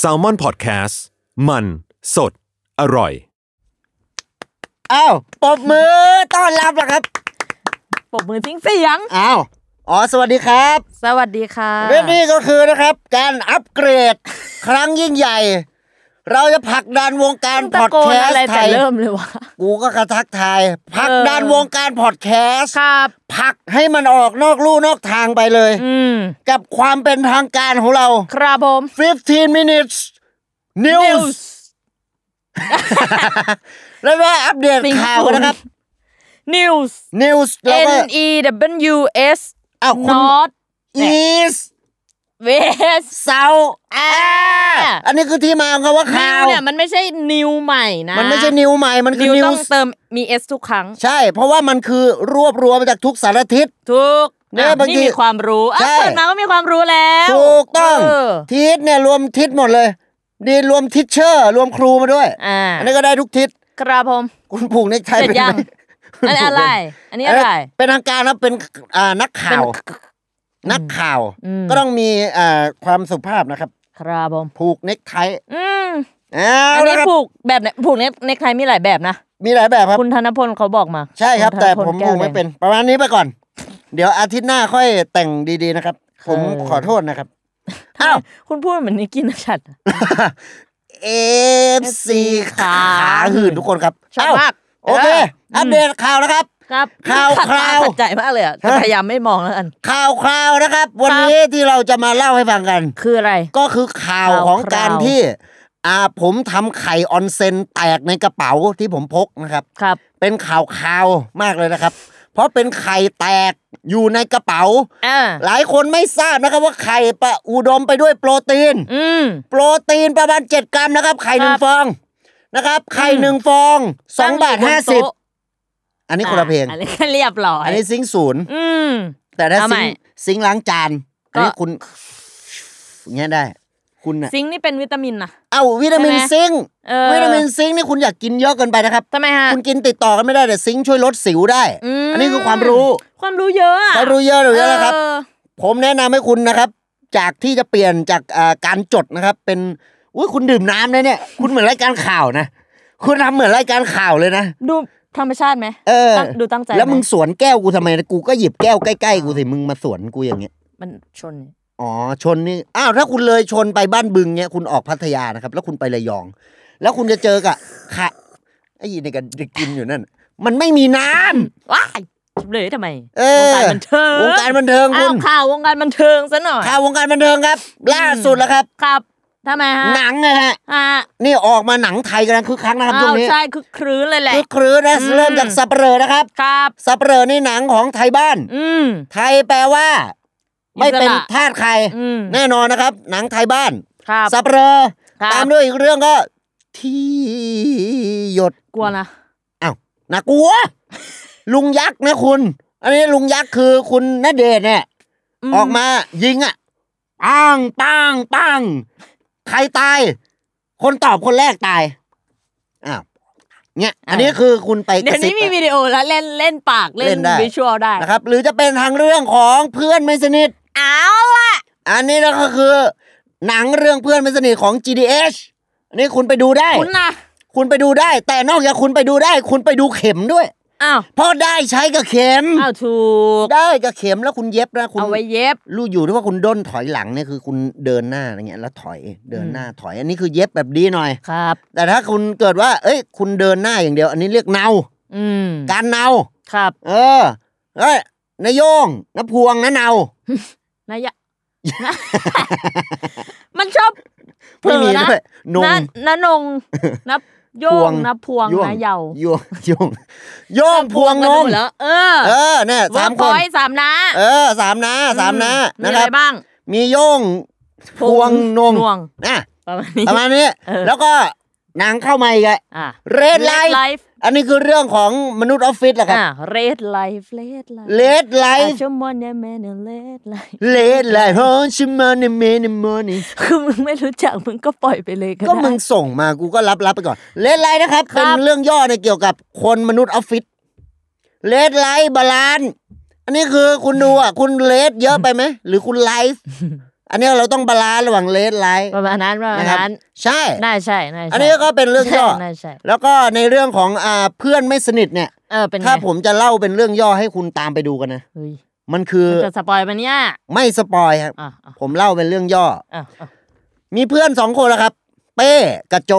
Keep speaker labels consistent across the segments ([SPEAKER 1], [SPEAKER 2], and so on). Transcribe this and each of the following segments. [SPEAKER 1] s a l ม o n PODCAST มันสดอร่อย
[SPEAKER 2] อ้าวปรบมือต้อนรับแล้วครับ
[SPEAKER 3] ปรบมือทิ้งเสียง
[SPEAKER 2] อ้าว อ๋อ สวัสดีครับ
[SPEAKER 3] สวัสดีค่ะ
[SPEAKER 2] เรื่องนี้ก็คือนะครับ การอัปเกรด ครั้งยิ่งใหญ่ เราจะผลักดันวงการ
[SPEAKER 3] ต้
[SPEAKER 2] พ
[SPEAKER 3] งตะ
[SPEAKER 2] อด
[SPEAKER 3] โก
[SPEAKER 2] แคน ส
[SPEAKER 3] อะไร
[SPEAKER 2] ต์ไท
[SPEAKER 3] แต่
[SPEAKER 2] ย
[SPEAKER 3] เริ่มเลยวะ
[SPEAKER 2] กูก็กระทักทายผลักดัน
[SPEAKER 3] เออ
[SPEAKER 2] วงการพอดแคสต์
[SPEAKER 3] ครับ
[SPEAKER 2] ผลักให้มันออกนอกลู่นอกทางไปเลย
[SPEAKER 3] อืม
[SPEAKER 2] กับความเป็นทางการของเรา
[SPEAKER 3] ครับผม
[SPEAKER 2] 15 minutes news
[SPEAKER 3] News
[SPEAKER 2] แล้วก็อัปเดต
[SPEAKER 3] สิ่ง
[SPEAKER 2] ข่าวนะครับ
[SPEAKER 3] News
[SPEAKER 2] news แล้วก็
[SPEAKER 3] N E W S
[SPEAKER 2] อ้าวคุณ
[SPEAKER 3] North
[SPEAKER 2] is
[SPEAKER 3] West
[SPEAKER 2] เซาอ่าอันนี้คือที่มาของคำว่า
[SPEAKER 3] นิ
[SPEAKER 2] ข่าว ว
[SPEAKER 3] เนี่ยมันไม่ใช่ นิวใหม่นะ
[SPEAKER 2] มันไม่ใช่นิวใหม่ มันคื
[SPEAKER 3] นิ
[SPEAKER 2] อ
[SPEAKER 3] ว
[SPEAKER 2] นิว
[SPEAKER 3] ต้องเติมมี S ทุกครั้ง
[SPEAKER 2] ใช่ เพราะว่ามันคือรวบรวมมาจากทุกสารทิศ
[SPEAKER 3] ทุก
[SPEAKER 2] เนี่ย
[SPEAKER 3] อ่ะ
[SPEAKER 2] บางที
[SPEAKER 3] นี่มีความรู้อ่ะ
[SPEAKER 2] ใช่
[SPEAKER 3] เปิดมาก็มีความรู้แล้ว
[SPEAKER 2] ถูกต้อง
[SPEAKER 3] เออ
[SPEAKER 2] ทิศเนี่ยรวมทิศหมดเลยดีรวมทิชเชอร์ รวมครูมาด้วย
[SPEAKER 3] อ่า
[SPEAKER 2] อันนี้ก็ได้ทุกทิศ
[SPEAKER 3] ครับผม
[SPEAKER 2] คุณผูกเนกไท
[SPEAKER 3] เสร็จ
[SPEAKER 2] เป็น
[SPEAKER 3] ยัง
[SPEAKER 2] ไหม
[SPEAKER 3] อันนี้อะไร อันนี้อะไร
[SPEAKER 2] เป็นทางการนะเป็นอ่านักข่าว นักข่าว
[SPEAKER 3] อืม
[SPEAKER 2] ก็ต้องมีอ่าความสุภาพนะครับ
[SPEAKER 3] ครับผม
[SPEAKER 2] ผูกเนกไท
[SPEAKER 3] อืม
[SPEAKER 2] เอา
[SPEAKER 3] อัน
[SPEAKER 2] ละ
[SPEAKER 3] นี้
[SPEAKER 2] ครับ
[SPEAKER 3] ผูกแบบไหนผูกเน็กเน็กไทมีหลายแบบนะ
[SPEAKER 2] มีหลายแบบครับ
[SPEAKER 3] คุณธนพลเขาบอกมา
[SPEAKER 2] ใช่ครับ
[SPEAKER 3] ณธ
[SPEAKER 2] แต่
[SPEAKER 3] นพล
[SPEAKER 2] ผม
[SPEAKER 3] แก้
[SPEAKER 2] ผู
[SPEAKER 3] ว
[SPEAKER 2] ก
[SPEAKER 3] แดง
[SPEAKER 2] ไม่เป็น ประมาณนี้ไปก่อน เดี๋ยวอาทิตย์หน้าค่อยแต่งดีๆนะครับ ผม
[SPEAKER 3] เออ
[SPEAKER 2] ขอโทษนะครับอ้าว
[SPEAKER 3] คุณพูดเหมือนนิกกี้นัชัด
[SPEAKER 2] เอฟ
[SPEAKER 3] FC
[SPEAKER 2] ซีขาหื่นทุกคนครับ
[SPEAKER 3] ชอบมาก
[SPEAKER 2] เอ้าโอเค
[SPEAKER 3] เออ
[SPEAKER 2] อั
[SPEAKER 3] อั
[SPEAKER 2] ปเดตข่าวนะครับ
[SPEAKER 3] ครับ
[SPEAKER 2] ข่าว
[SPEAKER 3] ขัดต
[SPEAKER 2] ข่าว
[SPEAKER 3] ขัดใจมากเลยอ่ะแต่พยายามไม่มองแล้วกัน
[SPEAKER 2] ข่าวคราวนะครับ วันนี้ที่เราจะมาเล่าให้ฟังกัน
[SPEAKER 3] คืออะไร
[SPEAKER 2] ก็คือข่าวของ
[SPEAKER 3] ข่าวคราว
[SPEAKER 2] การที่อาผมทำไข่ออนเซนแตกในกระเป๋าที่ผมพกนะครับ
[SPEAKER 3] ครับ
[SPEAKER 2] เป็นข่าวคราวมากเลยนะครับ เพราะเป็นไข่แตกอยู่ในกระเป๋า
[SPEAKER 3] อ่า
[SPEAKER 2] หลายคนไม่ทราบนะครับว่าไข่ปะอุดมไปด้วยโปรตีน
[SPEAKER 3] อืม
[SPEAKER 2] โปรตีนประมาณ 7 กรัมนะครับ ไข่หนึ่ง
[SPEAKER 3] ครับ
[SPEAKER 2] ฟองนะครับ ไข่
[SPEAKER 3] อืม
[SPEAKER 2] หนึ่งฟองสองบาท
[SPEAKER 3] ตั้
[SPEAKER 2] ห้า
[SPEAKER 3] ยู่
[SPEAKER 2] สิบ
[SPEAKER 3] โต๊ะ
[SPEAKER 2] อันนี้คนละเพลง
[SPEAKER 3] อ่ะอันนี้ก็เรียบร้อย
[SPEAKER 2] อันนี้ซิงค์ศูนย์
[SPEAKER 3] อืม
[SPEAKER 2] แต่ถ้า
[SPEAKER 3] เอาใหม่
[SPEAKER 2] ซิงค์ซิงค์ล้างจาน
[SPEAKER 3] ก็
[SPEAKER 2] อันนี้คุณอย่างเงี้ยได้ คุณน่ะ
[SPEAKER 3] ซิงค์นี่เป็นวิตามินนะ
[SPEAKER 2] เอ้าวิตามิน
[SPEAKER 3] ใช่ไหม
[SPEAKER 2] ซิงค์
[SPEAKER 3] เออ
[SPEAKER 2] วิตามินซิงค์นี่คุณอยากกินเยอะเกินไปนะครับ
[SPEAKER 3] ทำไมฮะ
[SPEAKER 2] คุณกินติดต่อกันไม่ได้แต่ซิงค์ช่วยลดสิวได้
[SPEAKER 3] อืม
[SPEAKER 2] อันนี้คือความรู้
[SPEAKER 3] ความรู้เยอะอะ
[SPEAKER 2] ความรู้เยอะหรือเยอะนะครับ
[SPEAKER 3] เออ
[SPEAKER 2] ผมแนะนำให้คุณนะครับ จากที่จะเปลี่ยนจากอ่าการจดนะครับ เป็นอุ้ยคุณดื่มน้ำนะเนี่ย คุณเหมือนรายการข่าวนะ คุณทำเหมือนรายการข่าวเลยนะ
[SPEAKER 3] ดูธรรมชาติไหม
[SPEAKER 2] เออ
[SPEAKER 3] ตั้งดูตั้งใจ
[SPEAKER 2] แล้วมึง
[SPEAKER 3] ไห
[SPEAKER 2] สวนแก้วกูทำไมนะกูก็หยิบแก้วใกล้ๆกูสิมึงมาสวนกูอย่างเงี้ย
[SPEAKER 3] มันชน
[SPEAKER 2] อ๋อชนนี่อ้าวถ้าคุณเลยชนไปบ้านบึงเนี้ยคุณออกพัทยานะครับ แล้วคุณไประยอง แล้วคุณจะเจอกับขะไอ้ยีนี่กันกินอยู่นั่น มันไม่มีน้ำ
[SPEAKER 3] ว้ายเลยทำไม
[SPEAKER 2] เอ
[SPEAKER 3] วง
[SPEAKER 2] อ
[SPEAKER 3] การบันเทิง
[SPEAKER 2] วงการบันเทิง
[SPEAKER 3] อ้า
[SPEAKER 2] คุ
[SPEAKER 3] ว
[SPEAKER 2] ณ
[SPEAKER 3] ข่าววงการบันเทิงซะหน่อย
[SPEAKER 2] ข่าววงการบันเทิงครับ ล่าสุดแล้วครับ
[SPEAKER 3] ครับทำไมฮะ
[SPEAKER 2] หนังนะฮะ
[SPEAKER 3] อ่า
[SPEAKER 2] นี่ออกมาหนังไทยกำลังคึกคักนะครับช่
[SPEAKER 3] อ้าวว
[SPEAKER 2] งนี้
[SPEAKER 3] ใช่คือครื้นเลยแหละ
[SPEAKER 2] คึกครื้นนะ
[SPEAKER 3] อืม
[SPEAKER 2] เริ่มจากสับเปลอนะครับ
[SPEAKER 3] ครับ
[SPEAKER 2] สับเปลอนี่หนังของไทยบ้าน
[SPEAKER 3] อืม
[SPEAKER 2] ไทยแปลว่า ไม่เป็น
[SPEAKER 3] อิสระ
[SPEAKER 2] ทาสใคร
[SPEAKER 3] อืม
[SPEAKER 2] แน่นอนนะครับ หนังไทยบ้าน
[SPEAKER 3] ครับ
[SPEAKER 2] สับเปลอ
[SPEAKER 3] ครับ
[SPEAKER 2] ตามด้วยอีกเรื่องก็ ที่หยด
[SPEAKER 3] กลัวนะ
[SPEAKER 2] นากลัว ลุงยักษ์นะคุณ อันนี้ลุงยักษ์คือคุณณเดชน์เนี่ย ออกมายิงอ่ะปังปังปังใครตาย คนตอบคนแรกตายอ้าวเนี่ยอันนี้คือคุณไปก
[SPEAKER 3] เดี๋ย
[SPEAKER 2] ระ
[SPEAKER 3] ว
[SPEAKER 2] ซิบ
[SPEAKER 3] นี้มี
[SPEAKER 2] นะ
[SPEAKER 3] วิดีโอแล้วเล่นเล่นปากเล่
[SPEAKER 2] เล่
[SPEAKER 3] น
[SPEAKER 2] นได้
[SPEAKER 3] วิชวลได้
[SPEAKER 2] นะครับ หรือจะเป็นทางเรื่องของเพื่อนไม่สนิท
[SPEAKER 3] เอาล่ะ
[SPEAKER 2] อันนี้นะก็คือ หนังเรื่องเพื่อนไม่สนิทของ GDH อันนี้คุณไปดูได้
[SPEAKER 3] คุณนะ
[SPEAKER 2] คุณไปดูได้ แต่นอกจากคุณไปดูได้ คุณไปดูเข็มด้วย
[SPEAKER 3] อ้าว
[SPEAKER 2] เพราะได้ใช้กับเข็ม
[SPEAKER 3] อ้าวถูก
[SPEAKER 2] ได้กับเข็มแล้วคุณเย็บนะคุณ
[SPEAKER 3] เอาไว้เย็บ
[SPEAKER 2] รู้อยู่ที่ว่าคุณด้นถอยหลังเนี่ยคือคุณเดินหน้าอะไรเงี้ยแล้วถอยเดินหน้าถอย อันนี้คือเย็บแบบดีหน่อย
[SPEAKER 3] ครับ
[SPEAKER 2] แต่ถ้าคุณเกิดว่า เอ้ย คุณเดินหน้าอย่างเดียว อันนี้เรียกเนา
[SPEAKER 3] อืม
[SPEAKER 2] การเนา
[SPEAKER 3] ครับ
[SPEAKER 2] เออเอ้ยนายโยงนพวงนะเนา
[SPEAKER 3] นายะ นะ มันชอบเผล
[SPEAKER 2] ไม่
[SPEAKER 3] อ
[SPEAKER 2] มี
[SPEAKER 3] นะ
[SPEAKER 2] ด้วยนง
[SPEAKER 3] นะนะน ง นับโย
[SPEAKER 2] พวง
[SPEAKER 3] งนับพวง
[SPEAKER 2] ยวง
[SPEAKER 3] นะเหยา
[SPEAKER 2] ยวงโยงโยงพวงนง
[SPEAKER 3] เหรอเออ
[SPEAKER 2] เออเนี่ย
[SPEAKER 3] สา
[SPEAKER 2] สาม ม
[SPEAKER 3] ค
[SPEAKER 2] คนน
[SPEAKER 3] สามนะ
[SPEAKER 2] เออสามนะสามนะ
[SPEAKER 3] อื
[SPEAKER 2] นะ
[SPEAKER 3] มี
[SPEAKER 2] ค
[SPEAKER 3] อะไร
[SPEAKER 2] รับ
[SPEAKER 3] บ้าง
[SPEAKER 2] มีโยงพวงนง
[SPEAKER 3] นวง
[SPEAKER 2] นะ
[SPEAKER 3] ประมาณนี้
[SPEAKER 2] ประมาณนี้
[SPEAKER 3] เออ
[SPEAKER 2] แล้วก็หนังเข้ามาอีกอะ
[SPEAKER 3] อ่ะ
[SPEAKER 2] เรดไล
[SPEAKER 3] Red
[SPEAKER 2] ท์
[SPEAKER 3] Life
[SPEAKER 2] อันนี้คือเรื่องของมนุษย์ออฟฟิศแหละครับ
[SPEAKER 3] อ่ะ red life red life
[SPEAKER 2] เลดไล
[SPEAKER 3] I
[SPEAKER 2] ฟ์
[SPEAKER 3] just want a man in red life
[SPEAKER 2] เลดไลฟ์โฮชิมันในเมนมอนี่
[SPEAKER 3] คือมึงไม่รู้จักมึงก็ปล่อยไปเลยก็
[SPEAKER 2] ก็
[SPEAKER 3] ได้
[SPEAKER 2] มึงส่งมากูก็รับรับไปก่อนเลดไลฟ์นะครับ
[SPEAKER 3] ครั
[SPEAKER 2] เป็
[SPEAKER 3] บ
[SPEAKER 2] นเรื่องย่อในเกี่ยวกับคนมนุษย์ออฟฟิศเลดไล ฟ์บาลานอันนี้คือคุณดูอ่ะ คุณเลดเยอะไปไหม หรือคุณไลฟ์ อันนี้เราต้องบาลานซ์ระหว่างเลสไลท์
[SPEAKER 3] ประมาณนั้นประมาณ
[SPEAKER 2] นะครับ
[SPEAKER 3] นั้น
[SPEAKER 2] ใช่
[SPEAKER 3] น่าใช่น่าใช่
[SPEAKER 2] อันนี้ก็เป็นเรื่องย่อ
[SPEAKER 3] น่ าใช่
[SPEAKER 2] แล้วก็ในเรื่องของอ่าเพื่อนไม่สนิทเนี่ย
[SPEAKER 3] เออเป็นไง
[SPEAKER 2] ถ้าผมจะเล่าเป็นเรื่องย่อให้คุณตามไปดูกันนะ
[SPEAKER 3] เฮ้ย
[SPEAKER 2] มันคือ
[SPEAKER 3] มันจะสปอยมันเนี่ย
[SPEAKER 2] ไม่สปอยครับ
[SPEAKER 3] อ่ะอ่ะ
[SPEAKER 2] ผมเล่าเป็นเรื่องย่อ
[SPEAKER 3] อ่ะอ่ะ
[SPEAKER 2] มีเพื่อนสองคนแล้วครับ เป้กับโจ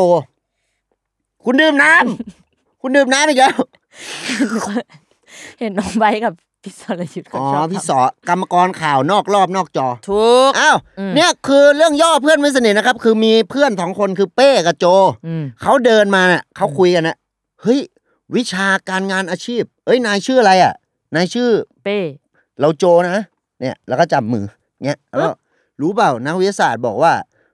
[SPEAKER 2] คุณดื่มน้ำ คุณดื่มน้ำอีกแล้ว
[SPEAKER 3] เห็นน้องไบร์ทกับพี่สรยุทธ์ก็
[SPEAKER 2] อ๋อ
[SPEAKER 3] ชอบ
[SPEAKER 2] พี่
[SPEAKER 3] ทำ
[SPEAKER 2] สอกรรมกรข่าวนอกรอบนอกจอ
[SPEAKER 3] ถูก
[SPEAKER 2] อ้าว
[SPEAKER 3] อืม
[SPEAKER 2] เนี่ยคือเรื่องย่อเพื่อนไม่สนิทนะครับ คือมีเพื่อนสองคนคือเป้กับโจ
[SPEAKER 3] อืม
[SPEAKER 2] เขาเดินมาเน่ะเขาคุยกันนะเฮ้ย วิชาการงานอาชีพ เอ้ยนายชื่ออะไรอ่ะ นายชื่อ
[SPEAKER 3] เป้
[SPEAKER 2] เราโจนะเนี่ยแล้วก็จับมือเนี่ยแล้วก็รู้เปล่านักวิทยาศาสตร์บอกว่า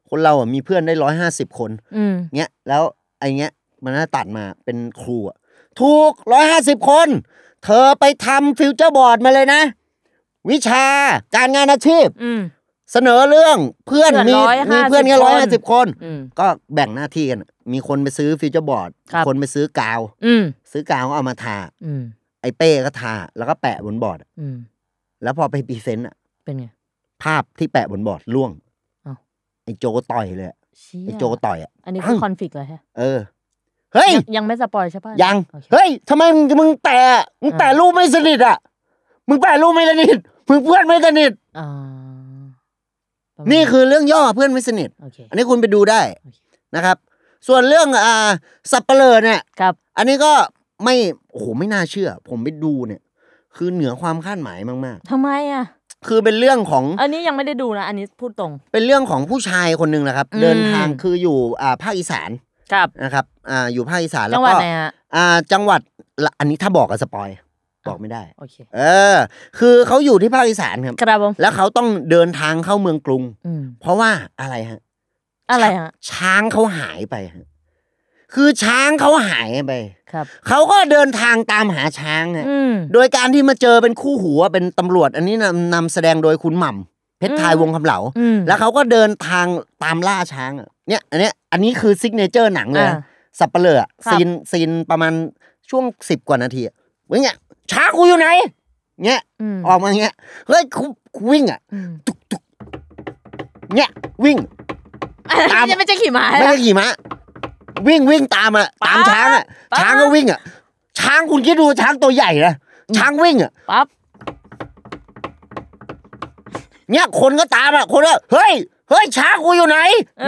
[SPEAKER 2] คนเราอ่ะมีเพื่อนได้ร้อยห้าสิบคน
[SPEAKER 3] อืม
[SPEAKER 2] เงี้ยแล้วไอเงี้ยมันน่าตัดมาเป็นครูอะถูกร้อยห้าสิบคน เธอไปทำฟิวเจอร์บอร์ดมาเลยนะ วิชาการงานอาชีพ
[SPEAKER 3] อืม
[SPEAKER 2] เสนอเรื่องเพื่อนมี
[SPEAKER 3] เพื่อน150
[SPEAKER 2] มีเพื่อนแค่
[SPEAKER 3] ค
[SPEAKER 2] ร้อย
[SPEAKER 3] น
[SPEAKER 2] ห้าสิบคน
[SPEAKER 3] อืม
[SPEAKER 2] ก็แบ่งหน้าที่กันอะมีคนไปซื้อฟิวเจอร์บอร์ด
[SPEAKER 3] ครับ
[SPEAKER 2] คนไปซื้อกาว
[SPEAKER 3] อืม
[SPEAKER 2] ซื้อกาวก็เอามาทา
[SPEAKER 3] อืม
[SPEAKER 2] ไอเป้ก็ทา แล้วก็แปะบนบอร์ดอะ
[SPEAKER 3] อืม
[SPEAKER 2] แล้วพอไปพรีเซนต์อะ
[SPEAKER 3] เป็นไง
[SPEAKER 2] ภาพที่แปะบนบอร์ดล่วง
[SPEAKER 3] อ้าว
[SPEAKER 2] ไอ้โจก็ต่อยเลยอะ
[SPEAKER 3] เชี่ย
[SPEAKER 2] ไอ้โจก็ต่อยอะ
[SPEAKER 3] อันนี้คือ
[SPEAKER 2] ปัง
[SPEAKER 3] คอนฟ lict เลยฮะ
[SPEAKER 2] เออ เฮ้ย
[SPEAKER 3] ยังยังไม่สปอยใช่ป่ะ
[SPEAKER 2] ยัง
[SPEAKER 3] โอค
[SPEAKER 2] เฮ้ยทำไมมึงมึงแปะมึงแปะ
[SPEAKER 3] อ่ารู
[SPEAKER 2] รูปไม่สนิทอ่ะ มึงแปะรูปไม่สนิท มึงเพื่อนไม่สนิท
[SPEAKER 3] อ่าประมาณ
[SPEAKER 2] นี่คือเรื่องย่อเพื่อนไม่สนิท
[SPEAKER 3] โอเค
[SPEAKER 2] อันนี้คุณไปดูได้
[SPEAKER 3] โอเค
[SPEAKER 2] นะครับ ส่วนเรื่องอ่าสับเปลอเนี่ย
[SPEAKER 3] ครับ
[SPEAKER 2] อันนี้ก็ไม่โอ้โหไม่น่าเชื่อ ผมไปดูเนี่ย คือเหนือความคาดหมายมาก
[SPEAKER 3] ทำไมอ่ะ
[SPEAKER 2] ๆ คือเป็นเรื่องของ
[SPEAKER 3] อันนี้ยังไม่ได้ดูนะ อันนี้พูดตรง
[SPEAKER 2] เป็นเรื่องของผู้ชายคนหนึ่งนะครับ
[SPEAKER 3] อืม
[SPEAKER 2] เดินทางคืออยู่อ่าภาคอีสาน
[SPEAKER 3] ครับ
[SPEAKER 2] นะครับ อ่า อยู่ภาคอีสานแล้
[SPEAKER 3] จั
[SPEAKER 2] ว
[SPEAKER 3] งหวัด
[SPEAKER 2] ก็
[SPEAKER 3] ไหนฮะ
[SPEAKER 2] อ่า จังหวัดละอันนี้ถ้าบอกกับสปอย
[SPEAKER 3] อ่ะ
[SPEAKER 2] บอกไม่ได้
[SPEAKER 3] โอเค
[SPEAKER 2] เออ คือเขาอยู่ที่ภาคอีสานครับ
[SPEAKER 3] ครับผม
[SPEAKER 2] แล้วเขาต้องเดินทางเข้าเมืองกรุง
[SPEAKER 3] อืม
[SPEAKER 2] เพราะว่าอะไรฮะ
[SPEAKER 3] อะไรฮะ
[SPEAKER 2] ช้างเขาหายไปฮะ คือช้างเขาหายไป
[SPEAKER 3] ครับ
[SPEAKER 2] เขาก็เดินทางตามหาช้างฮะ
[SPEAKER 3] อืม
[SPEAKER 2] โดยการที่มาเจอเป็นคู่หูว่าเป็นตำรวจ อันนี้นำนำแสดงโดยคุณหม่ำเพชรทาย
[SPEAKER 3] อืม
[SPEAKER 2] วงคำเหลา
[SPEAKER 3] อืม
[SPEAKER 2] แล้วเขาก็เดินทางตามล่าช้างอะเนี่ย อันเนี้ย อันนี้คือซิกเนเจอร์หนังเลย
[SPEAKER 3] อ่า
[SPEAKER 2] นะ สับเปลืออะ
[SPEAKER 3] ครับ
[SPEAKER 2] ซีนซีนประมาณช่วงสิบกว่านาทีอะเว้ยเนี่ยช้ากูอยู่ไหนเงี้ย
[SPEAKER 3] อืม
[SPEAKER 2] ออกมาเงี้ยเฮ้ยกูกูวิ่งอ่ะ
[SPEAKER 3] อืม
[SPEAKER 2] เงี้ยวิ่ง ตาม
[SPEAKER 3] อันนี้ไม่ใช่ขี่ม้า
[SPEAKER 2] ไม่
[SPEAKER 3] นะ
[SPEAKER 2] ใช่ขี่ม้าวิ่งวิ่งตามอ่ะตาม
[SPEAKER 3] ป๊า
[SPEAKER 2] ช้างอ่ะ
[SPEAKER 3] ป๊า
[SPEAKER 2] ช้างก็วิ่งอ่ะช้างคุณคิดดูช้างตัวใหญ่นะช้างวิ่งอ่ะ
[SPEAKER 3] ปั๊บ
[SPEAKER 2] เนี่ยคนก็ตามอ่ะคนก็เฮ้ยเฮ้ยช้างกูอยู่ไหน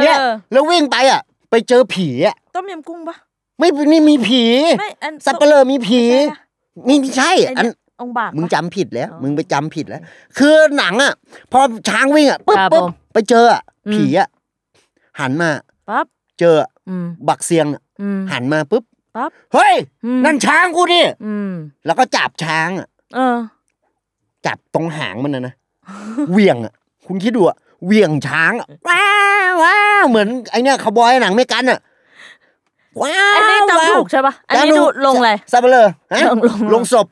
[SPEAKER 2] เนี่ย
[SPEAKER 3] ออ
[SPEAKER 2] แล้ววิ่งไปอ่ะ ไปเจอผีอ่ะ
[SPEAKER 3] ต้มยำกุ้งปะ
[SPEAKER 2] ไม่นี่มีผี
[SPEAKER 3] ไม่อัน
[SPEAKER 2] สับเปลือมีผี
[SPEAKER 3] ใช่ปะ
[SPEAKER 2] นี่ไม่ใช่อัน
[SPEAKER 3] ไเยองค์บากปะ
[SPEAKER 2] มึงจำผิดแล้ว
[SPEAKER 3] อ๋อ
[SPEAKER 2] มึงไปจำผิดแล้ว คือหนังอ่ะ พอช้างวิ่งอ่ะปุ๊บ
[SPEAKER 3] ครับ
[SPEAKER 2] ปุ๊บ
[SPEAKER 3] ผม
[SPEAKER 2] ไปเจออะ
[SPEAKER 3] อืม
[SPEAKER 2] ผีอ่ะหันมา
[SPEAKER 3] ปั๊บ
[SPEAKER 2] เจออะ
[SPEAKER 3] อืม
[SPEAKER 2] บักเซียงอะ
[SPEAKER 3] อืม
[SPEAKER 2] หันมาปุ๊บ
[SPEAKER 3] ปั๊บ
[SPEAKER 2] เฮ้ย
[SPEAKER 3] อืม
[SPEAKER 2] นั่นช้างกูดิ
[SPEAKER 3] อืม
[SPEAKER 2] แล้วก็จับช้างอ่ะ
[SPEAKER 3] เออ
[SPEAKER 2] จับตรงหางมันนะนะเหวี่ยงอ่ะคุณคิดดูอ่ะเหวี่ยงช้างอะว้าวว้าวเหมือนไอเนี่ยขาวบอยหนังไม่กันอ่ะว้าว
[SPEAKER 3] อันนี้จำถูก
[SPEAKER 2] ว้าว
[SPEAKER 3] ใช่ปะอันนี้ดูลงเลย
[SPEAKER 2] ซาเบลอฮะ
[SPEAKER 3] ลงลงลง
[SPEAKER 2] ลงศพ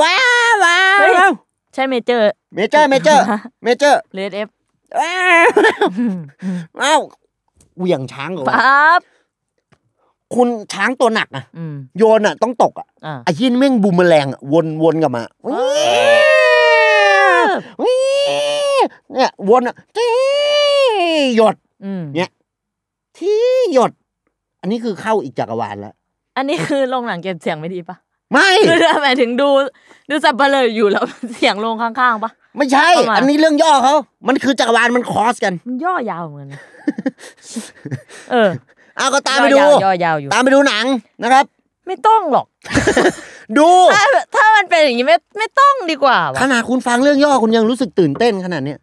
[SPEAKER 2] ว้าวว้าว
[SPEAKER 3] เฮ้ย
[SPEAKER 2] ว้าว
[SPEAKER 3] ใช่เมเจอร์
[SPEAKER 2] เมเจอร์เมเจอร์เมเจอร์
[SPEAKER 3] เลด เอฟ
[SPEAKER 2] ว้าว อ้าวเหวี่ยงช้างเหรอวะ
[SPEAKER 3] ปั๊บ
[SPEAKER 2] คุณช้างตัวหนักอะ
[SPEAKER 3] อืม
[SPEAKER 2] โยนอะต้องตกอะ
[SPEAKER 3] อ่า
[SPEAKER 2] ไอ้ยินแม่งบูมแมลงอะวนวนกลับมา
[SPEAKER 3] อ๋อ
[SPEAKER 2] วิ่งเนี่ยวนอะที่หยด
[SPEAKER 3] อืม
[SPEAKER 2] เนี่ย ที่หยด อันนี้คือเข้าอีกจักรวาลแล้ว
[SPEAKER 3] อันนี้คือลงหนังเก็บเสียงไม่ดีปะ
[SPEAKER 2] ไม่
[SPEAKER 3] คือหมายถึงดู ดูสับเปลืออยู่แล้ว เสียงลงข้างๆปะ
[SPEAKER 2] ไม่ใช่
[SPEAKER 3] เข้ามา
[SPEAKER 2] อันนี้เรื่องย่อเขามันคือจักรวาลมันคอสกัน
[SPEAKER 3] มันย่อยาวเหมือนกันนะ เออ
[SPEAKER 2] เอาก็ตามไปดู
[SPEAKER 3] ย่อยาวย่อยาวอยู่
[SPEAKER 2] ตามไปดูหนังนะครับ
[SPEAKER 3] ไม่ต้องหรอก
[SPEAKER 2] ดู
[SPEAKER 3] ถ้าถ้ามันเป็นอย่างนี้ไม่ไม่ต้องดีกว่า
[SPEAKER 2] ข
[SPEAKER 3] วะ
[SPEAKER 2] นาดคุณฟังเรื่องย่อคุณยังรู้สึกตื่นเต้นขนาดเนี้ย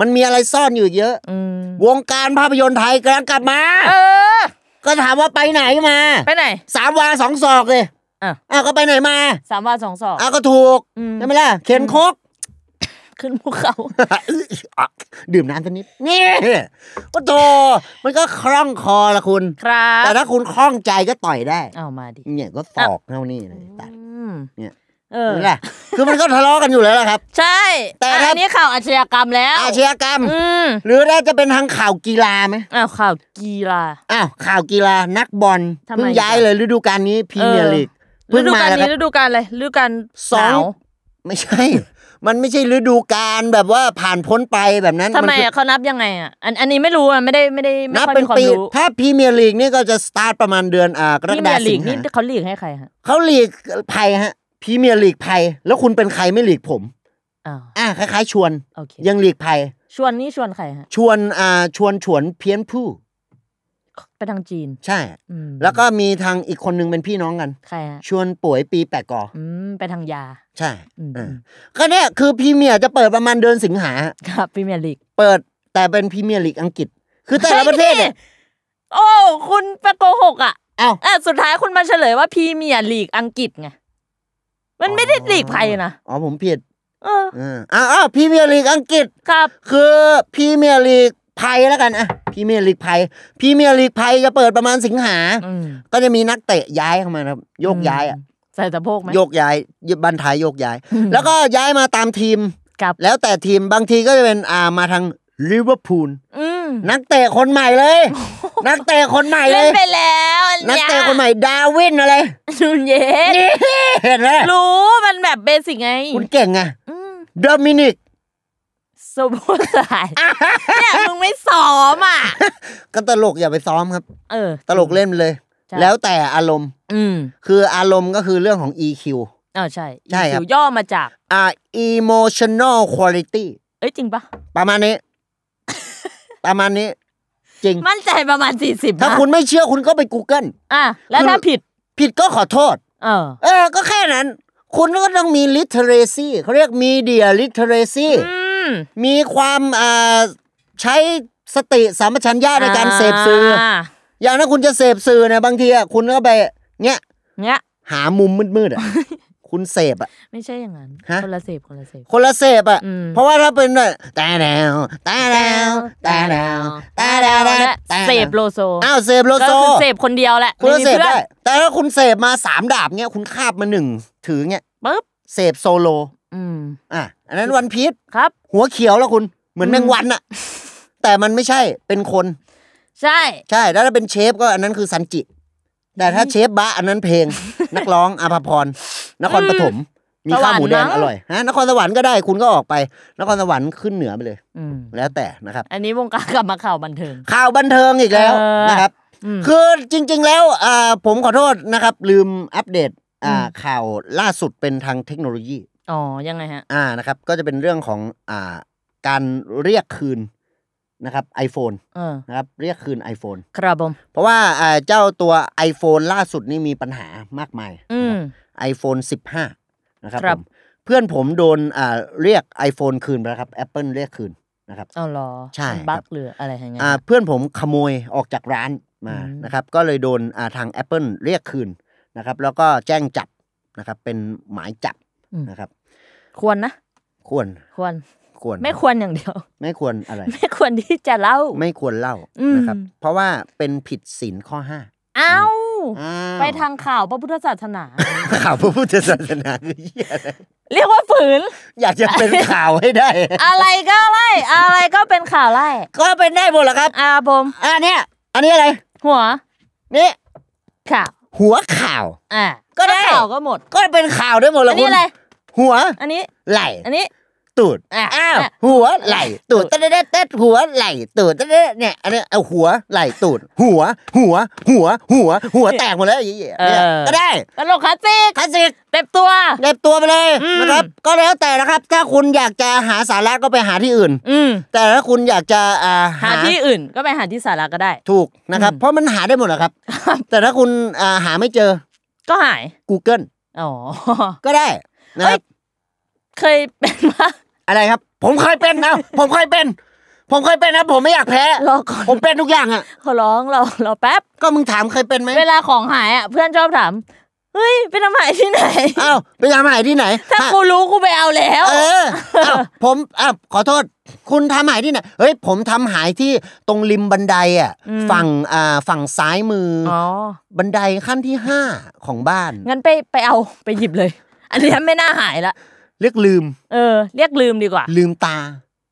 [SPEAKER 2] มันมีอะไรซ่อนอยู่อีกเยอะ
[SPEAKER 3] อืม
[SPEAKER 2] วงการภาพยนตร์ไทยกำลังกลับมา
[SPEAKER 3] เออ
[SPEAKER 2] ก็ถามว่าไปไหนมา
[SPEAKER 3] ไปไหน
[SPEAKER 2] สามวาสองศอกเลย
[SPEAKER 3] อ่ะ
[SPEAKER 2] อ้าวก็ไปไหนมา
[SPEAKER 3] สามวาสองศอก
[SPEAKER 2] อ้าวก็ถูก
[SPEAKER 3] อืม
[SPEAKER 2] ใช่ไหมล่ะเข็นครก
[SPEAKER 3] ขึ้นภูเขา
[SPEAKER 2] อื้ออ่ะ ดื่มน้ำสักนิดนี่ก็โตมันก็คล่องคอละคุณ
[SPEAKER 3] ครั
[SPEAKER 2] แต่
[SPEAKER 3] บ
[SPEAKER 2] ถ้าคุณคล่องใจก็ต่อยได้
[SPEAKER 3] เอามาดิ
[SPEAKER 2] เนี่ยก็ตอกเท่านี้เลยตัด
[SPEAKER 3] อืม
[SPEAKER 2] เนี่ย
[SPEAKER 3] เออ
[SPEAKER 2] เห็นไหมล่ะคือมันก็ทะเลาะกันอยู่แล้วล่ะครับ
[SPEAKER 3] ใช่
[SPEAKER 2] แต่ถ้า
[SPEAKER 3] อันนี้ข่าวอาชญากรรมแล้ว
[SPEAKER 2] อาชญากรรม
[SPEAKER 3] อืม
[SPEAKER 2] หรือน่าจะเป็นทางข่าวกีฬาไหม
[SPEAKER 3] อ้าวข่าวกีฬา
[SPEAKER 2] อ้าวข่าวกีฬานักบอล
[SPEAKER 3] ทำไม
[SPEAKER 2] เพิ่งย้าย
[SPEAKER 3] อีกอะ
[SPEAKER 2] เลยฤดูกาลนี้พรีเมียร์
[SPEAKER 3] เออ
[SPEAKER 2] ลีก
[SPEAKER 3] ฤ
[SPEAKER 2] เพิ่งมาก
[SPEAKER 3] ดูาล
[SPEAKER 2] แล้วค
[SPEAKER 3] นี้
[SPEAKER 2] รับ
[SPEAKER 3] ฤดูกาลเลยฤดูกาล
[SPEAKER 2] สอง
[SPEAKER 3] หนาว
[SPEAKER 2] ไม่ใช่ มันไม่ใช่ฤดูกาลแบบว่าผ่านพ้นไปแบบนั้น
[SPEAKER 3] ทำไม
[SPEAKER 2] นคือ
[SPEAKER 3] อะเขานับยังไงอ่ะ อันอันนี้ไม่รู้อ่ะไม่ได้ไม่ได้ไม่
[SPEAKER 2] นับ
[SPEAKER 3] ค่อย
[SPEAKER 2] เป็น
[SPEAKER 3] มีความ
[SPEAKER 2] ปี
[SPEAKER 3] รู้
[SPEAKER 2] ถ้าพรีเมียร์ลีกนี่ก็จะสตาร์ทประมาณเดือนอ่ากรก
[SPEAKER 3] นี่เมี
[SPEAKER 2] ฎายค
[SPEAKER 3] ร์ลี
[SPEAKER 2] สิ
[SPEAKER 3] ก
[SPEAKER 2] ง
[SPEAKER 3] นี่
[SPEAKER 2] หา
[SPEAKER 3] เขาหลีกให้ใครฮะ
[SPEAKER 2] เขาลีกไพ่ฮะพรีเมียร์ลีกไพ่แล้วคุณเป็นใครไม่ลีกผม
[SPEAKER 3] อ้าว
[SPEAKER 2] อ่ะคล้ายๆ ชวน
[SPEAKER 3] โอเค
[SPEAKER 2] ยังลีกไพ่
[SPEAKER 3] ชวนนี่ชวนใครฮะ
[SPEAKER 2] ชวนอ่าชวนฉวนเพี้ยนผู้
[SPEAKER 3] ไปทางจีน
[SPEAKER 2] ใช่
[SPEAKER 3] อืม
[SPEAKER 2] แล้วก็มีทางอีกคนนึงเป็นพี่น้องกัน
[SPEAKER 3] ใครฮะ
[SPEAKER 2] ชวนป่วยปีแปะกอ
[SPEAKER 3] อืมไปทางยา
[SPEAKER 2] ใช่
[SPEAKER 3] อืม
[SPEAKER 2] เออก็เนี่ยคือพรีเมียร์จะเปิดประมาณเดือนสิงหา
[SPEAKER 3] ครับพรีเมียร์ลีก
[SPEAKER 2] เปิดแต่เป็นพรีเมียร์ลีกอังกฤษ คือแต่ละประเทศเนี่ย
[SPEAKER 3] โอ้คุณไปโกหกอ่ะ
[SPEAKER 2] เอ้า
[SPEAKER 3] อ่ะสุดท้ายคุณมาเฉลยว่าพรีเมียร์ลีกอังกฤษไงมันไม่ได้ลีกไทยนะ
[SPEAKER 2] อ๋อผมผิด
[SPEAKER 3] เออ
[SPEAKER 2] เอออ้าวอ้าวพรีเมียร์ลีกอังกฤษ
[SPEAKER 3] ครับ
[SPEAKER 2] คือพรีเมียร์ลีกไทยแล้วกันอ่ะพรีเมียร์ลีกไทยพรีเมียร์ลีกไทยจะเปิดประมาณสิงหา
[SPEAKER 3] อืม
[SPEAKER 2] ก็จะมีนักเตะย้ายเข้ามานะครับโยกย้ายอ่ะ
[SPEAKER 3] ใส่สะโพกไหม
[SPEAKER 2] โยกย้ายบันทายโยกย้าย แล้วก็ย้ายมาตามทีม
[SPEAKER 3] ครับ
[SPEAKER 2] แล้วแต่ทีมบางทีก็จะเป็นอ่ามาทางลิเวอร์พูล
[SPEAKER 3] อืม
[SPEAKER 2] นักเตะคนใหม่ เลย นักเตะคนใหม่เล
[SPEAKER 3] เล่น
[SPEAKER 2] ย
[SPEAKER 3] ไปแล้วอั
[SPEAKER 2] นัก
[SPEAKER 3] ย
[SPEAKER 2] เตะคนใหม่ดาร์วิน อะไร
[SPEAKER 3] นูนเยส
[SPEAKER 2] นี่เห็นไหม
[SPEAKER 3] รู้มันแบบเบสิกไง
[SPEAKER 2] คุณเก่งไง
[SPEAKER 3] อืม
[SPEAKER 2] โดมินิก
[SPEAKER 3] สมบูรณ์สายเนี่ยมึงไม่ซ้อมอ่ะ
[SPEAKER 2] ก็ตลกอย่าไปซ้อมครับ
[SPEAKER 3] เออ
[SPEAKER 2] ตลกเล่นไปเลย
[SPEAKER 3] ใช่
[SPEAKER 2] แล้วแต่อารมณ์
[SPEAKER 3] อืม
[SPEAKER 2] คืออารมณ์ก็คือเรื่องของ EQ
[SPEAKER 3] เอ๋อใช่
[SPEAKER 2] ใช่ครับ
[SPEAKER 3] อิวย่อมาจาก
[SPEAKER 2] อ่า emotional quality
[SPEAKER 3] เอ้ยจริงปะ
[SPEAKER 2] ประมาณนี้ ประมาณนี้ จริง
[SPEAKER 3] มั่นใจประมาณสี่สิบ
[SPEAKER 2] ถ้าคุณไม่เชื่อคุณก็ไป Google
[SPEAKER 3] อ่ะ แล้วถ้าผิด
[SPEAKER 2] ผิดก็ขอโทษ
[SPEAKER 3] เออ
[SPEAKER 2] เออ ก็แค่นั้น คุณก็ต้องมี literacy เขาเรียก media literacy
[SPEAKER 3] อืม
[SPEAKER 2] มีความอ่าใช้สติสัมปชัญญะในการเสพสื่อออย่างถ้าคุณจะเสพสื่อเนี่ยบางทีอะคุณก็ไปเงี้ย
[SPEAKER 3] เนี่ย
[SPEAKER 2] หามุมมืด ๆอ่ะ คุณเสพอ่ะ
[SPEAKER 3] ไม่ใช่อย่างนั้น
[SPEAKER 2] ฮะ
[SPEAKER 3] คนละเสพคนละเสพ
[SPEAKER 2] คนละเสพอ่ะ
[SPEAKER 3] อืม
[SPEAKER 2] เพราะว่าถ้าเป็นแบบแต่แล้วแต่แล้วแต่แล้วแต่แล้วแต่แล้ว
[SPEAKER 3] เสพโลโซ
[SPEAKER 2] อ้าวเสพโล
[SPEAKER 3] ก็
[SPEAKER 2] โซ
[SPEAKER 3] คือเสพคนเดียวแหละ
[SPEAKER 2] คุณก็เสพ
[SPEAKER 3] ไม่มีพื่อน
[SPEAKER 2] ได้ แต่ถ้าคุณเสพมาสามดาบเงี้ยคุณคาบมาหนึ่งถือเงี้ย
[SPEAKER 3] ปึ๊บ
[SPEAKER 2] เสพโซโล
[SPEAKER 3] อืม
[SPEAKER 2] อ่ะอันนั้นวันพีช
[SPEAKER 3] ครับ
[SPEAKER 2] หัวเขียวแล้วคุณเหมือน
[SPEAKER 3] อืม
[SPEAKER 2] แมงวันอ่ะ แต่มันไม่ใช่เป็นคน
[SPEAKER 3] ใช่
[SPEAKER 2] ใช่แล้วถ้าเป็นเชฟก็อันนั้นคือซันจิ แต่ถ้าเชฟบะอันนั้นเพลง นักร้องอาภาพรนครปฐมมีข้าวหมูแดง
[SPEAKER 3] สวรรค์มั้ง
[SPEAKER 2] อร่อยฮะนครสวรรค์ก็ได้คุณก็ออกไป นครสวรรค์ขึ้นเหนือไปเลย
[SPEAKER 3] อืม
[SPEAKER 2] แล้วแต่นะครับ
[SPEAKER 3] อันนี้วงการกลับมาข่าวบันเทิง
[SPEAKER 2] ข่าวบันเทิงอีกแล้ว
[SPEAKER 3] เออ
[SPEAKER 2] นะครับ
[SPEAKER 3] อืม
[SPEAKER 2] คือจริง ๆ แล้วอ่าผมขอโทษนะครับ ลืมอัปเดตอ่า
[SPEAKER 3] อืม
[SPEAKER 2] ข่าวล่าสุดเป็นทางเทคโนโลยี
[SPEAKER 3] อ๋อ ยังไงฮะ
[SPEAKER 2] อ่านะครับ ก็จะเป็นเรื่องของอ่าการเรียกคืนนะครับ iPhone
[SPEAKER 3] เออ
[SPEAKER 2] นะครับเรียกคืน iPhone
[SPEAKER 3] ครับผม
[SPEAKER 2] เพราะว่าอ่าเจ้าตัว iPhone ล่าสุดนี่มีปัญหามากมาย
[SPEAKER 3] อื
[SPEAKER 2] นะครั
[SPEAKER 3] ม
[SPEAKER 2] บ iPhone 15 นะครับ
[SPEAKER 3] ครับ
[SPEAKER 2] ผมเพื่อนผมโดนอ่าเรียก iPhone คืนไปแล้วครับ Apple เรียกคืนนะครับ
[SPEAKER 3] เอาเหรอ
[SPEAKER 2] ใช่
[SPEAKER 3] มันบั๊
[SPEAKER 2] ค
[SPEAKER 3] ก
[SPEAKER 2] รับ
[SPEAKER 3] หรืออะไรอย่างเงี้ย
[SPEAKER 2] อ่าเพื่อนผมขโมยออกจากร้านมา
[SPEAKER 3] อืม
[SPEAKER 2] นะครับก็เลยโดนอ่าทาง Apple เรียกคืนนะครับแล้วก็แจ้งจับนะครับเป็นหมายจับนะครับ
[SPEAKER 3] ควรนะ
[SPEAKER 2] ควร
[SPEAKER 3] ควร
[SPEAKER 2] ควร
[SPEAKER 3] ไม่ควรอย่างเดียว
[SPEAKER 2] ไม่ควรอะไร
[SPEAKER 3] ไม่ควรที่จะเล่า
[SPEAKER 2] ไม่ควรเล่า
[SPEAKER 3] อืม
[SPEAKER 2] นะครับเพราะว่าเป็นผิดศีลข้อห้า
[SPEAKER 3] เอ้า
[SPEAKER 2] อ้ว
[SPEAKER 3] ไปทางข่าวพระพุทธศาสนา
[SPEAKER 2] ข่าวพระพุทธศาสนาคือเหี้ยอะไร
[SPEAKER 3] เรียกว่าฝืน
[SPEAKER 2] อยากจะเป็นข่าวให้ได้
[SPEAKER 3] อะไรก็ไล่ อะไรก็เป็นข่าวไล่
[SPEAKER 2] ก็เป็นได้หมดแหละครับ
[SPEAKER 3] อ่าผม
[SPEAKER 2] อ่าเนี่ยอันนี้อะไร
[SPEAKER 3] หัว
[SPEAKER 2] นี่
[SPEAKER 3] ข่าว
[SPEAKER 2] หัวข่าว
[SPEAKER 3] อ่า
[SPEAKER 2] ก็ได้
[SPEAKER 3] ข่าวก็หมด
[SPEAKER 2] ก็เป็นข่าวได้หมดแห
[SPEAKER 3] อั
[SPEAKER 2] ละ
[SPEAKER 3] น
[SPEAKER 2] คุ
[SPEAKER 3] นี้
[SPEAKER 2] ณ
[SPEAKER 3] อะไร
[SPEAKER 2] หัว
[SPEAKER 3] อันนี้
[SPEAKER 2] ไหล
[SPEAKER 3] อันนี้
[SPEAKER 2] ตูด
[SPEAKER 3] อ่ะ
[SPEAKER 2] อ้าว
[SPEAKER 3] อ่ะ
[SPEAKER 2] หัวไหลตูด
[SPEAKER 3] ตู
[SPEAKER 2] เต้น
[SPEAKER 3] ด
[SPEAKER 2] เต้นเต้นหัวไหลตูดเต้นเต้นเนี่ย อันเนี้ยเอาหัวไหลตูด หัว หัว หัว หัว หัวแตกหมดแล้วไอ้เหี้ยเนี่ยก็ได้
[SPEAKER 3] ตลกคลาสสิก
[SPEAKER 2] คลาสสิก
[SPEAKER 3] เต็มตัว
[SPEAKER 2] เล็บตัวไปเลย
[SPEAKER 3] อืม
[SPEAKER 2] นะครับ ก็แล้วแต่นะครับ ถ้าคุณอยากจะหาสาระก็ไปหาที่อื่น
[SPEAKER 3] อืม
[SPEAKER 2] แต่ถ้าคุณอยากจะอ่า
[SPEAKER 3] หาที่อื่นก็ไปหาที่สาระก็ได้
[SPEAKER 2] ถูกนะครับ
[SPEAKER 3] อืม
[SPEAKER 2] เพราะมันหาได้หมดแหละครับ แต่ถ้าคุณอ่าหาไม่เจอ
[SPEAKER 3] ก็หาย
[SPEAKER 2] Google
[SPEAKER 3] อ๋อ
[SPEAKER 2] ก็ได้นะครับ
[SPEAKER 3] เคยเป็นปะ
[SPEAKER 2] อะไรครับ ผมเคยเป็นนะ ผมเคยเป็น ผมเคยเป็นนะผมไม่อยากแพ้
[SPEAKER 3] รอก่อน
[SPEAKER 2] ผมเป็นทุกอย่างอ่ะ
[SPEAKER 3] ขอร้องเราเราแป๊บ
[SPEAKER 2] ก็มึงถามเคยเป็นไหม
[SPEAKER 3] เวลาของหายอ่ะเพื่อนชอบถาม เฮ้ยไปทำหายที่ไหน
[SPEAKER 2] อ้าวไปทำหายที่ไหน
[SPEAKER 3] ถ้า
[SPEAKER 2] ฮะ
[SPEAKER 3] กูรู้กูไปเอาแล้ว
[SPEAKER 2] เอออ้าวผมอ้าวขอโทษ คุณทำหายที่ไหนเฮ้ยผมทำหายที่ตรงริมบันไดอ่ะ
[SPEAKER 3] อืม
[SPEAKER 2] ฝั่งอ่าฝั่งซ้ายมืออ
[SPEAKER 3] อ๋อ
[SPEAKER 2] บันไดขั้นที่ห้าของบ้าน
[SPEAKER 3] งั้นไปไปเอาไปหยิบเลย อันเนี้ยไม่น่าหายละ
[SPEAKER 2] เรียกลืม
[SPEAKER 3] เออ เรียกลืมดีกว่า
[SPEAKER 2] ลืมตา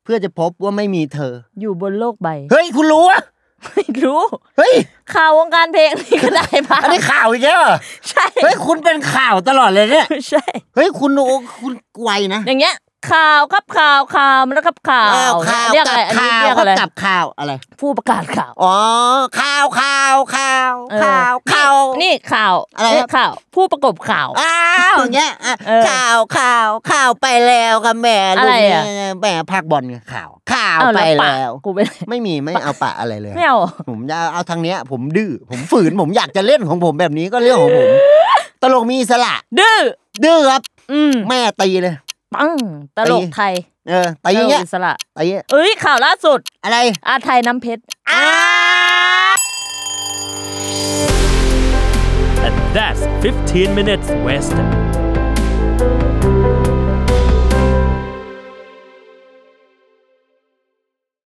[SPEAKER 2] เพื่อจะพบว่าไม่มีเธอ
[SPEAKER 3] อยู่บนโลกใบ
[SPEAKER 2] เฮ้ยคุณรู้อ่ะ
[SPEAKER 3] ไม่รู้
[SPEAKER 2] เฮ้ย
[SPEAKER 3] ข่าววงการเพลงนี่ก็ได้ปะ
[SPEAKER 2] อันนี้ข่าวอีกแล้วเหรอ
[SPEAKER 3] ใช่
[SPEAKER 2] เฮ้ยคุณเป็นข่าวตลอดเลยเนี่ย
[SPEAKER 3] ใช่
[SPEAKER 2] เฮ้ยคุณโอ้คุณไวนะ
[SPEAKER 3] อย่างเงี้ย ข่าวครับข่าวข่าวแล้วครับข่าว
[SPEAKER 2] อ้าวข่าว
[SPEAKER 3] เรียก
[SPEAKER 2] กั
[SPEAKER 3] อะ
[SPEAKER 2] บ
[SPEAKER 3] ไรอันนี้
[SPEAKER 2] ข่าว
[SPEAKER 3] เรียก
[SPEAKER 2] ก็
[SPEAKER 3] อะไร
[SPEAKER 2] กับข่าวอะไร
[SPEAKER 3] ผู้ประกาศข่าว
[SPEAKER 2] อ๋อข่าวข่าวข่าว
[SPEAKER 3] เออ
[SPEAKER 2] ข่าวข่าว
[SPEAKER 3] นี่ข่าว
[SPEAKER 2] อะไรครับ
[SPEAKER 3] เข่าว ผู้ประกบข่าว
[SPEAKER 2] อ้าวอย่างเงี้ยอ่ะ
[SPEAKER 3] เออ
[SPEAKER 2] ข่าวข่าวข่าวไปแล้วค่ะแหม่
[SPEAKER 3] อะ
[SPEAKER 2] ลู
[SPEAKER 3] ไร
[SPEAKER 2] ก
[SPEAKER 3] อ่ะ
[SPEAKER 2] เนี่ยแหม่ภาคบอลไงข่าว ข่าวไป
[SPEAKER 3] เอ้าะ
[SPEAKER 2] แล้ว
[SPEAKER 3] กู ไปเลย
[SPEAKER 2] ไม่มีไม่เอาปะอะไรเลย
[SPEAKER 3] ไม่เอา
[SPEAKER 2] ผมจะเอาทางเนี้ย ผมดื้อผมฝืน ผมอยากจะเล่นของผมแบบนี้ก็เรื่องของผม ตลกมีอิสระ
[SPEAKER 3] ดื้อ
[SPEAKER 2] ดื้อครับ
[SPEAKER 3] อืม
[SPEAKER 2] แม่ตีเลย
[SPEAKER 3] ปังตลกไทย
[SPEAKER 2] เออ
[SPEAKER 3] ต
[SPEAKER 2] ตี
[SPEAKER 3] ล
[SPEAKER 2] อย่าง
[SPEAKER 3] ก
[SPEAKER 2] เงี้ย
[SPEAKER 3] อิสระ
[SPEAKER 2] ตีอย่างเงี้ย
[SPEAKER 3] เอ้ยข่าวล่าสุด
[SPEAKER 2] อะไร
[SPEAKER 3] อาไทยน้ำเพชร
[SPEAKER 2] อ้าว
[SPEAKER 4] And that's 15 minutes west.